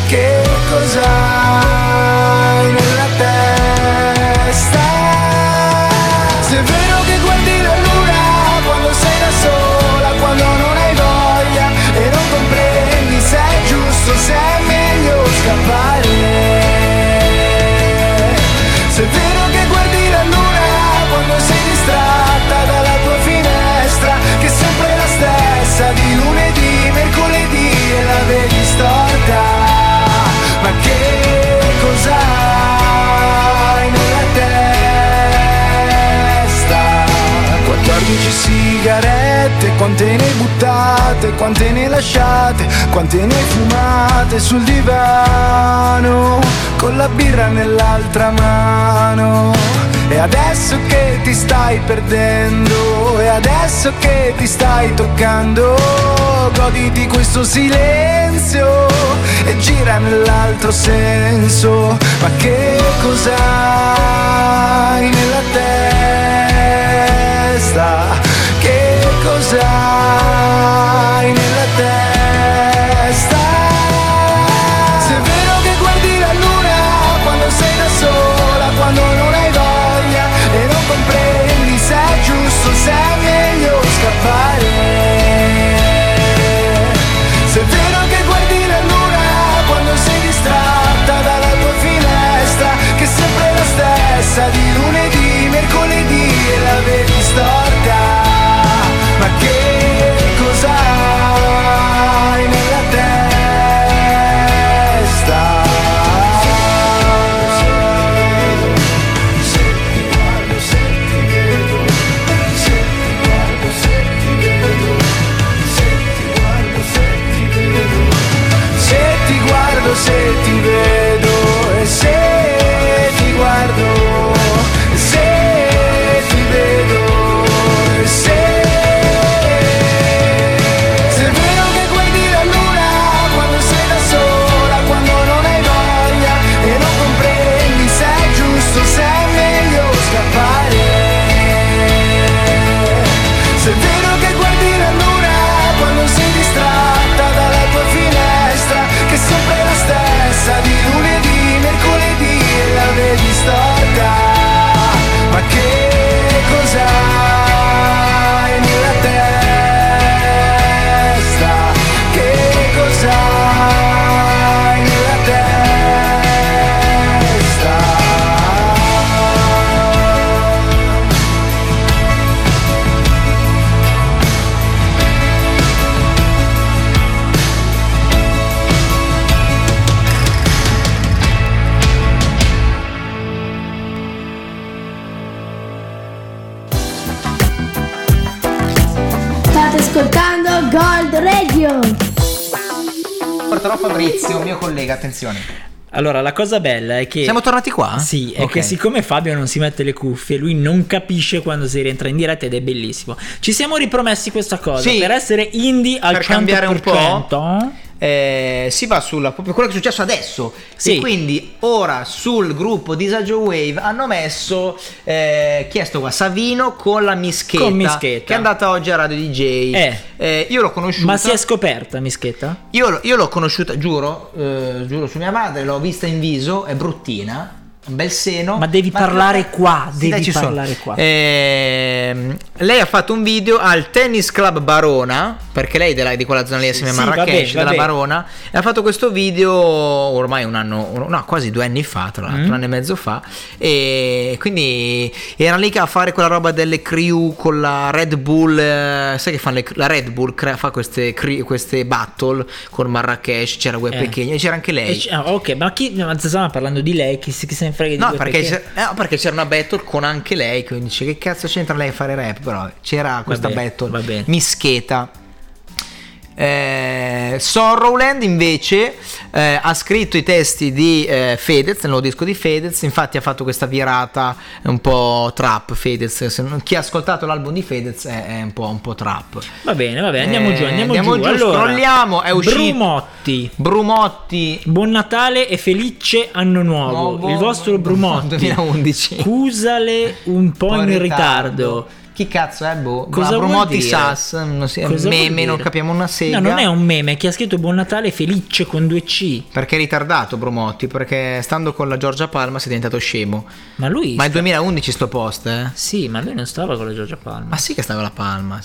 K: Che cos'hai nella testa? Se è vero che guardi la luna quando sei da sola, quando non hai voglia e non comprendi se è giusto, se è meglio scappare. Se è vero che guardi la luna quando sei distratta dalla tua finestra, che è sempre la stessa di lunedì, mercoledì e la vedi storta. Ma che cos'hai nella testa?
I: Quante ne buttate, quante ne lasciate, quante ne fumate sul divano, con la birra nell'altra mano. E adesso che ti stai perdendo, e adesso che ti stai toccando, goditi questo silenzio e gira nell'altro senso. Ma che cos'hai nella testa? Che cos'hai nella testa? Se è vero che guardi la luna quando sei da sola, quando non hai voglia e non comprendi se è giusto, se è meglio scappare. Se è vero che guardi la luna quando sei distratta dalla tua finestra, che è sempre la stessa di lunedì, mercoledì e la vedi storta. Ma che cos'hai nella testa? Se ti guardo, se ti vedo e se ti guardo, e se ti vedo e se. Se è vero che guardi la luna quando sei da sola, quando non hai voglia e non comprendi se è giusto, se è meglio scappare. Se è vero che guardi la luna quando sei distratta dalla tua finestra, che è sempre la stessa di lunedì, mercoledì e la vedi storta. Ma che cos'hai nella testa? Che cos'hai nella testa?
O: State ascoltando Gold Radio.
J: Porterò Fabrizio, mio collega, attenzione.
P: Allora, la cosa bella è che. Ah?
J: Siamo tornati qua?
P: Sì, è
J: Ok.
P: che siccome Fabio non si mette le cuffie, lui non capisce quando si rientra in diretta ed è bellissimo. Ci siamo ripromessi questa cosa
J: Sì.
P: per essere indie al
J: per
P: 100%.
J: cambiare un po', eh, si va sulla proprio quello che è successo adesso.
P: Sì.
J: E quindi ora sul gruppo Disagio Wave hanno messo eh, chi è sto qua? Savino con la mischetta,
P: Con Mischetta.
J: che è andata oggi a Radio DJ.
P: Eh.
J: Eh, io l'ho conosciuta.
P: Ma si è scoperta, Mischetta?
J: Io, io l'ho conosciuta, giuro, eh, giuro su mia madre, l'ho vista in viso, è bruttina, un bel seno. eh,
P: Ma devi parlare qua,
J: Sì,
P: devi
J: dai, ci sono. Eh,
P: parlare qua.
J: Ehm, lei ha fatto un video al Tennis Club Barona, perché lei è della- di quella zona lì assieme
P: sì,
J: a Marrakesh,
P: vabbè,
J: della
P: vabbè.
J: Barona, e ha fatto questo video ormai un anno, no, quasi due anni fa, tra l'altro,
P: Mm.
J: un anno e mezzo fa, e quindi era lì a fare quella roba delle crew con la Red Bull, eh, sai che fanno le, la Red Bull, crea- fa queste, cre- queste battle con Marrakesh, c'era Guè
P: Eh.
J: Pequeno, e c'era anche
P: E
J: lei.
P: c- ah, ok, ma chi. Ma stavamo parlando di lei, chi, se- chi se ne frega di
J: No
P: due
J: perché,
P: perché-
J: c'era, no, perché c'era una battle con anche lei. Quindi dice che cazzo c'entra lei a fare rap? Però c'era questa
P: Vabbè,
J: battle
P: vabbè.
J: mischeta. Eh, Sorrowland invece eh, ha scritto i testi di eh, Fedez, nel nuovo disco di Fedez. Infatti ha fatto questa virata un po' trap. Fedez, Se non- chi ha ascoltato l'album di Fedez è, è un, po', un po' trap.
P: Va bene, va bene, andiamo
J: Eh,
P: giù, andiamo,
J: andiamo
P: giù.
J: giù,
P: Allora,
J: scrolliamo, è uscito-
P: Brumotti.
J: Brumotti.
P: Buon Natale e felice anno nuovo.
J: Nuovo-
P: Il vostro Brumotti.
J: 2011.
P: Scusale un po' in ritardo.
J: Chi cazzo è? Boh,
P: Cosa
J: Ma
P: vuol
J: Brumotti
P: dire?
J: Sass, non si- è un
P: Cosa vuol
J: meme, non
P: dire?
J: capiamo una sega.
P: No, non è un meme, è che ha scritto Buon Natale felice con due C.
J: Perché è ritardato Brumotti? Perché stando con la Giorgia Palma si è diventato scemo.
P: Ma lui.
J: Ma è 2011 sto post, eh?
P: Sì, ma lui non stava con la Giorgia Palma.
J: Ma sì che stava la Palma.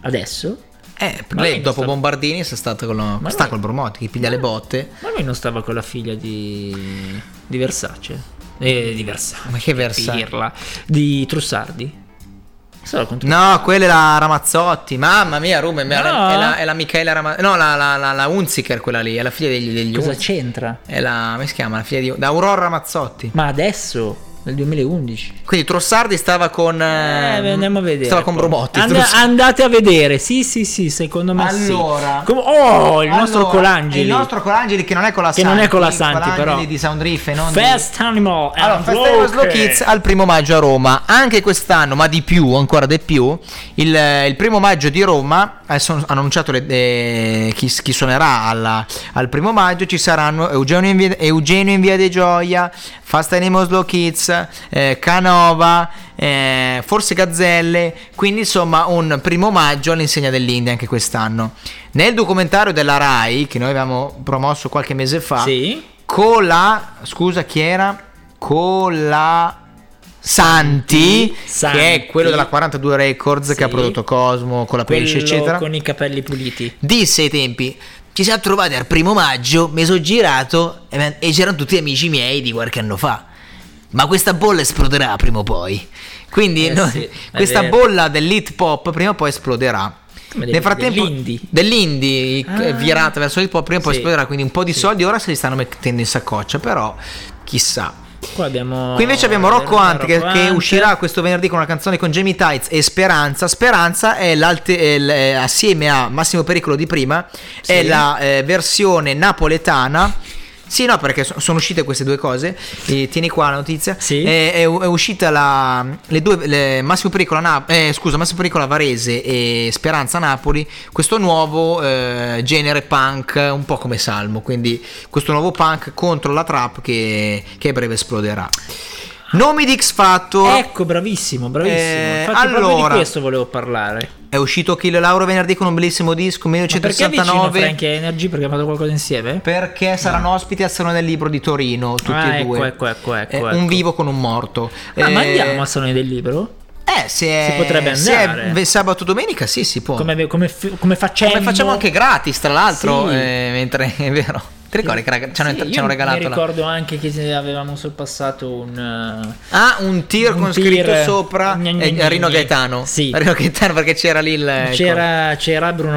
P: Adesso?
J: Eh,
P: Ma
J: lei
P: lei
J: dopo
P: sta-
J: Bombardini è stata con la...
P: Ma
J: sta
P: lei-
J: col Brumotti che piglia le botte.
P: Ma lui non stava con la figlia di. di Versace. Eh, di Versace.
J: Ma che Versace?
P: pirla. Di Trussardi. Stava con
J: No, quella è la Ramazzotti. Mamma mia, Rume, è,
P: No.
J: la, è la- è la Michaela Ramazzotti. No, la, la, la, la Unziker quella lì, è la figlia degli, degli
P: Cosa
J: Unziker.
P: c'entra?
J: È la. come si chiama? La figlia di. Da Aurora Ramazzotti.
P: Ma adesso?
I: Nel 2011.
J: Quindi Trossardi stava con.
I: Eh, beh, andiamo a vedere.
J: mm, Stava con Bromotti.
I: And-
J: Trossardi.
I: andate a vedere. Sì, sì, sì, secondo me sì.
J: Allora.
I: Com- oh, il nostro
J: Allora,
I: Colangeli.
J: Il nostro Colangeli che non è Colasanti.
I: Che non è Colasanti,
J: Colangeli
I: però.
J: di Soundriff e non di-
I: Fast Animal. and
J: Allora, Festival Slow
I: Walker.
J: Kids al primo maggio a Roma, anche quest'anno, ma di più, ancora di più, il, il primo maggio di Roma, adesso hanno annunciato le- eh, chi, chi suonerà alla- al primo maggio, ci saranno Eugenio in Via, Eugenio in Via De Gioia, Fast Animal Slow Kids, eh, Canova, eh, forse Gazzelle, quindi insomma un primo maggio all'insegna dell'India anche quest'anno. Nel documentario della RAI, che noi avevamo promosso qualche mese fa, con la scusa chi era con la Santi,
I: Santi.
J: che è quello della 42 Records che ha prodotto Cosmo con la pesce
I: Quello
J: eccetera
I: Con i capelli puliti.
J: disse ai tempi ci siamo trovati al primo maggio mi sono girato e, e c'erano tutti amici miei di qualche anno fa ma questa bolla esploderà prima o poi quindi
I: Eh
J: no-
I: sì, è
J: questa
I: vero.
J: bolla dell'hip hop prima o poi esploderà
I: Come
J: nel
I: del-
J: frattempo
I: dell'indie.
J: dell'indie,
I: Ah.
J: eh, virata verso l'hip hop prima o poi
I: Sì.
J: esploderà quindi un po' di soldi ora se li stanno mettendo in saccoccia però chissà
I: Qua abbiamo.
J: Qui invece abbiamo Rocco Hunt che, che
I: Hunt.
J: uscirà questo venerdì con una canzone con Jamie Tights e Speranza. Speranza è l'alte- è l- è assieme a Massimo Pericolo di prima, è
I: Sì.
J: la eh, versione napoletana. Sì, no, perché so- sono uscite queste due cose. Eh, tieni qua la notizia. Eh, è, u- è uscita la, le due, le- Massimo Pericolo a Nap- eh, scusa, Massimo Pericolo a Varese e Speranza a Napoli. Questo nuovo eh, genere punk, un po' come Salmo. Quindi, questo nuovo punk contro la trap che, che a breve esploderà. Nomi di X Factor.
I: Ecco, bravissimo, bravissimo.
J: Eh,
I: Infatti, proprio
J: allora-
I: di questo volevo parlare.
J: È uscito Kill Lauro venerdì con un bellissimo disco
I: Ma perché vicino
J: 1969.
I: Frank e Energy? Perché hanno fatto qualcosa insieme?
J: Perché saranno ospiti al Salone del Libro di Torino, tutti
I: Ah,
J: e
I: ecco,
J: due.
I: ecco, ecco, ecco,
J: Eh,
I: ecco.
J: Un vivo con un morto.
I: Ah,
J: Eh,
I: ma andiamo al
J: a
I: Salone del Libro?
J: Eh, se è,
I: Si potrebbe
J: se è
I: andare.
J: ve- sabato o domenica, sì, si può. Cioè,
I: Come, come f- come facciamo?
J: Come facciamo anche gratis, tra l'altro,
I: Sì.
J: eh, mentre *laughs* è vero. Ti ricordi che rag- ci hanno,
I: Sì,
J: ci hanno
I: io
J: regalato
I: Mi
J: la-
I: ricordo anche che avevamo sul passato un. eh,
J: Ah, un tir
I: Un
J: con
I: tir.
J: scritto sopra
I: Gna, gna,
J: eh,
I: gna,
J: Rino
I: gna.
J: Gaetano.
I: Sì.
J: Rino Gaetano perché c'era lì il
I: C'era, c'era Bruno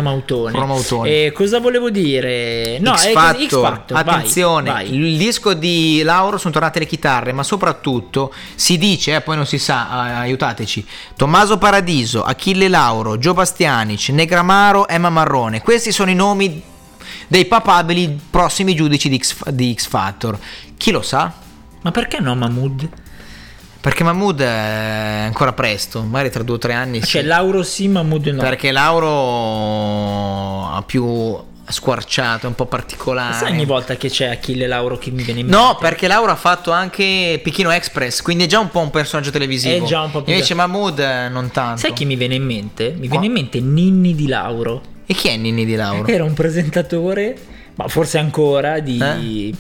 J: Eh,
I: Mautone.
J: ecco. Bruno Mautone.
I: E cosa volevo dire? No,
J: X
I: è
J: Factor.
I: X Factor. vai,
J: attenzione,
I: vai.
J: il disco di Lauro sono tornate le chitarre, ma soprattutto si dice, eh, poi non si sa, eh, aiutateci, Tommaso Paradiso, Achille Lauro, Gio Bastianic, Negramaro, Emma Marrone, questi sono i nomi dei papabili prossimi giudici di X, di X Factor. Chi lo sa?
I: Ma perché no Mahmood?
J: Eh, Perché Mahmood è ancora presto, magari tra due o tre anni.
I: Cioè,
J: sì.
I: Lauro sì, Mahmood no.
J: Perché Lauro ha più squarciato, è un po' particolare.
I: Sai ogni volta che c'è Achille Lauro che mi viene in mente?
J: Ah, eh. No, perché Laura ha fatto anche Pechino Express, quindi è già un po' un personaggio televisivo.
I: È già un po' più-
J: Invece Mahmood eh, non tanto.
I: Sai chi mi viene in mente? Mi viene in mente Ninni di Lauro.
J: E chi è Ninni di Lauro?
I: Era un presentatore, ma forse ancora, di,
J: Eh?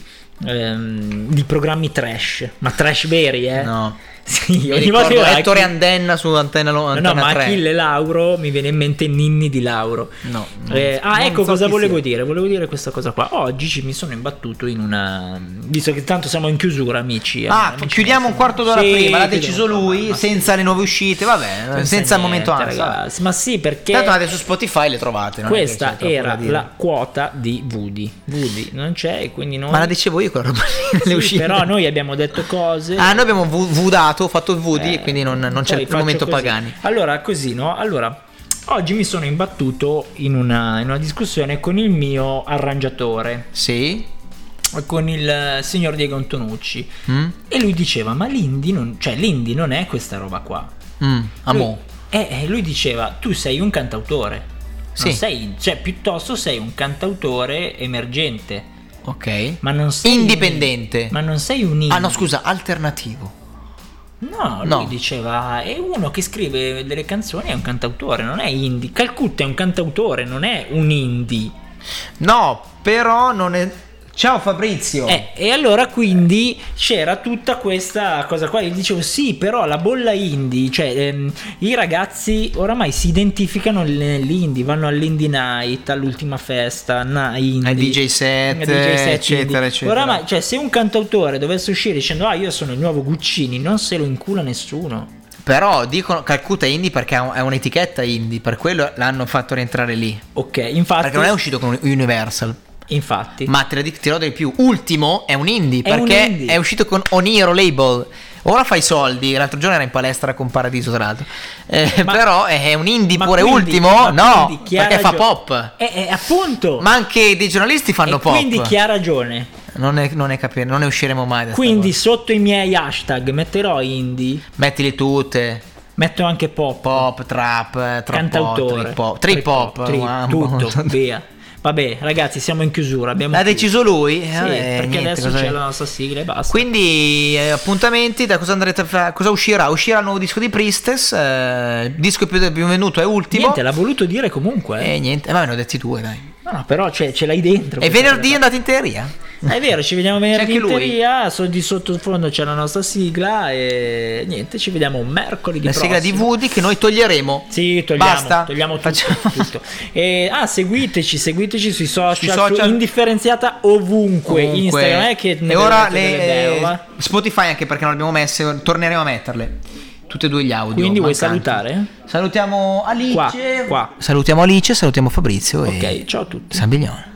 I: ehm, di programmi trash. Ma trash veri, eh?
J: No.
I: *laughs* Sì,
J: Mi
I: ogni
J: ricordo
I: volta che era
J: Ettore
I: Achille-
J: Andenna su Antenna, lo-
I: No, no,
J: Antenna
I: ma
J: 3.
I: Achille Lauro mi viene in mente Ninni di Lauro.
J: No.
I: Eh, ah,
J: Mm. Non
I: ecco
J: so
I: cosa
J: chi
I: volevo
J: sia.
I: dire. Volevo dire questa cosa qua. Oggi ci mi sono imbattuto in una. Visto che tanto siamo in chiusura, amici. eh,
J: Ah,
I: amici
J: chiudiamo un quarto d'ora
I: Sì,
J: prima, l'ha
I: chiudiamo
J: deciso lui, senza le nuove uscite, vabbè, Eh, senza, il momento
I: niente,
J: ansia.
I: ragazzi, Ma sì, perché.
J: Tanto andate su Spotify le trovate. non è che c'è
I: Questa
J: troppo da
I: era
J: dire.
I: la quota di Woody. Woody non c'è e quindi noi.
J: Ma la dicevo io quella roba lì,
I: Sì,
J: le uscite.
I: Però noi abbiamo detto cose.
J: Ah, noi abbiamo vu- vudato, ho fatto il Woody,
I: Eh,
J: quindi non, non c'è
I: poi
J: il
I: faccio
J: momento
I: così.
J: Pagani.
I: Allora, così, no? Allora, oggi mi sono imbattuto in una, in una discussione con il mio arrangiatore.
J: Sì.
I: Con il eh, signor Diego Antonucci.
J: Mm?
I: E lui diceva, ma l'indie non, cioè, l'indie non è questa roba qua.
J: Mm, ah,
I: Lui-
J: mo.
I: eh, eh, lui diceva, tu sei un cantautore. Non
J: Sì.
I: sei, cioè, piuttosto sei un cantautore emergente.
J: Ok.
I: Ma non sei
J: Indipendente.
I: Ma non sei un indie.
J: Ah no, scusa, alternativo.
I: No, lui
J: No.
I: diceva, è uno che scrive delle canzoni, è un cantautore, non è indie. Calcutta è un cantautore, non è un indie.
J: No, però non è... Ciao Fabrizio.
I: Eh, e allora quindi c'era tutta questa cosa qua. Io dicevo sì, però la bolla indie, cioè ehm, i ragazzi oramai si identificano nell'indie, vanno all'indie night, all'ultima festa, na- indie.
J: Ai DJ set,
I: Eh, DJ set
J: eccetera,
I: indie.
J: eccetera.
I: Oramai, cioè, se un cantautore dovesse uscire dicendo ah io sono il nuovo Guccini, non se lo incula nessuno.
J: Però dicono Calcutta è indie perché ha un- è un'etichetta indie, per quello l'hanno fatto rientrare lì.
I: Ok, infatti...
J: Perché non è uscito con Universal.
I: Infatti.
J: Ma te lo dico- te lo do di più. Ultimo è un indie
I: È un
J: perché
I: indie.
J: è uscito con Oniro Label. Ora fai soldi. L'altro giorno era in palestra con Paradiso, tra l'altro. Eh, però è un indie
I: ma
J: pure
I: quindi-
J: ultimo.
I: ma
J: No,
I: quindi chi ha
J: perché fa
I: ragione?
J: pop.
I: Eh, eh, appunto.
J: Ma anche dei giornalisti fanno
I: E
J: pop.
I: Quindi chi ha ragione?
J: Non ne, non ne capire, non ne usciremo mai da sta
I: Quindi sotto i miei hashtag metterò indie.
J: cosa. Mettili tutte.
I: Metto anche pop.
J: Pop, trap, eh, trap
I: cantautore.
J: trip hop, trip hop,
I: tri-
J: wow. *laughs*
I: tutto, via. Vabbè, ragazzi, siamo in chiusura. Abbiamo
J: L'ha
I: chiuso.
J: deciso lui? Eh,
I: Sì,
J: vabbè,
I: perché
J: niente,
I: adesso
J: cosa-
I: c'è la nostra sigla e basta.
J: Quindi eh, appuntamenti, da cosa andrete a fare? Cosa uscirà? Uscirà il nuovo disco di Priestess, eh, il disco più, più venuto è ultimo.
I: Niente, l'ha voluto dire comunque.
J: E niente, ma me ne ho detti due, dai.
I: No, no, però c'è- ce l'hai dentro.
J: E
I: questa
J: venerdì
I: roba.
J: andate in teoria?
I: È vero, ci vediamo venerdì
J: anche
I: in
J: lui.
I: teoria. so- di sottofondo c'è la nostra sigla. E niente, ci vediamo mercoledì.
J: La sigla di
I: prossimo.
J: Woody che noi toglieremo.
I: Sì, togliamo,
J: Basta.
I: togliamo tutto, tutto. E, ah, seguiteci, seguiteci sui social,
J: Sui social.
I: su indifferenziata ovunque,
J: Comunque.
I: Instagram è che ne
J: e ora
I: vedrete
J: le,
I: delle belve.
J: Spotify anche perché non le abbiamo messe, torneremo a metterle. Tutte e due gli audio.
I: Quindi vuoi
J: mancanti.
I: salutare?
J: Salutiamo Alice.
I: Qua, qua.
J: Salutiamo Alice, salutiamo Fabrizio e
I: Ok, ciao a tutti.
J: San Biglione.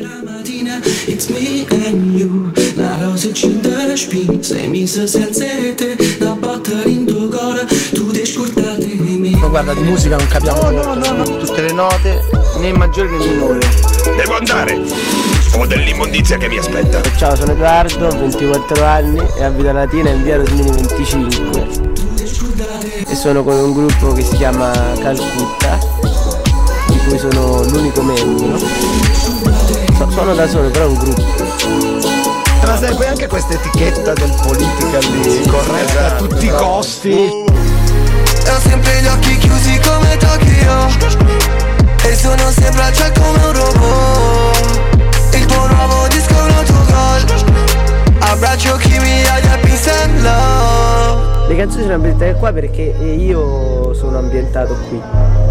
E: It's me and you La rosa accende la spina Sei messa senza te La battere in tuo cuore Tu devi ascoltare me
Q: Ma guarda, di musica non capiamo no, no, no, no. tutte le note, né maggiore né minore.
R: Devo andare! Ho dell'immondizia che mi aspetta.
Q: Ciao, sono Edoardo, 24 anni e abito a Latina in via Rosmini 25. E sono con un gruppo che si chiama Calcutta, di cui sono l'unico membro. So- sono da solo, però è un gruppo.
D: Ma sai, poi anche questa etichetta del politica lì, corretta a tutti i costi.
M: E ho sempre gli occhi chiusi come Tokyo E sono sempre al cielo come un robot Il tuo nuovo disco è un autogol Abbraccio chi mi ha gli peace and love
Q: Le canzoni sono ambientate qua perché io sono ambientato qui.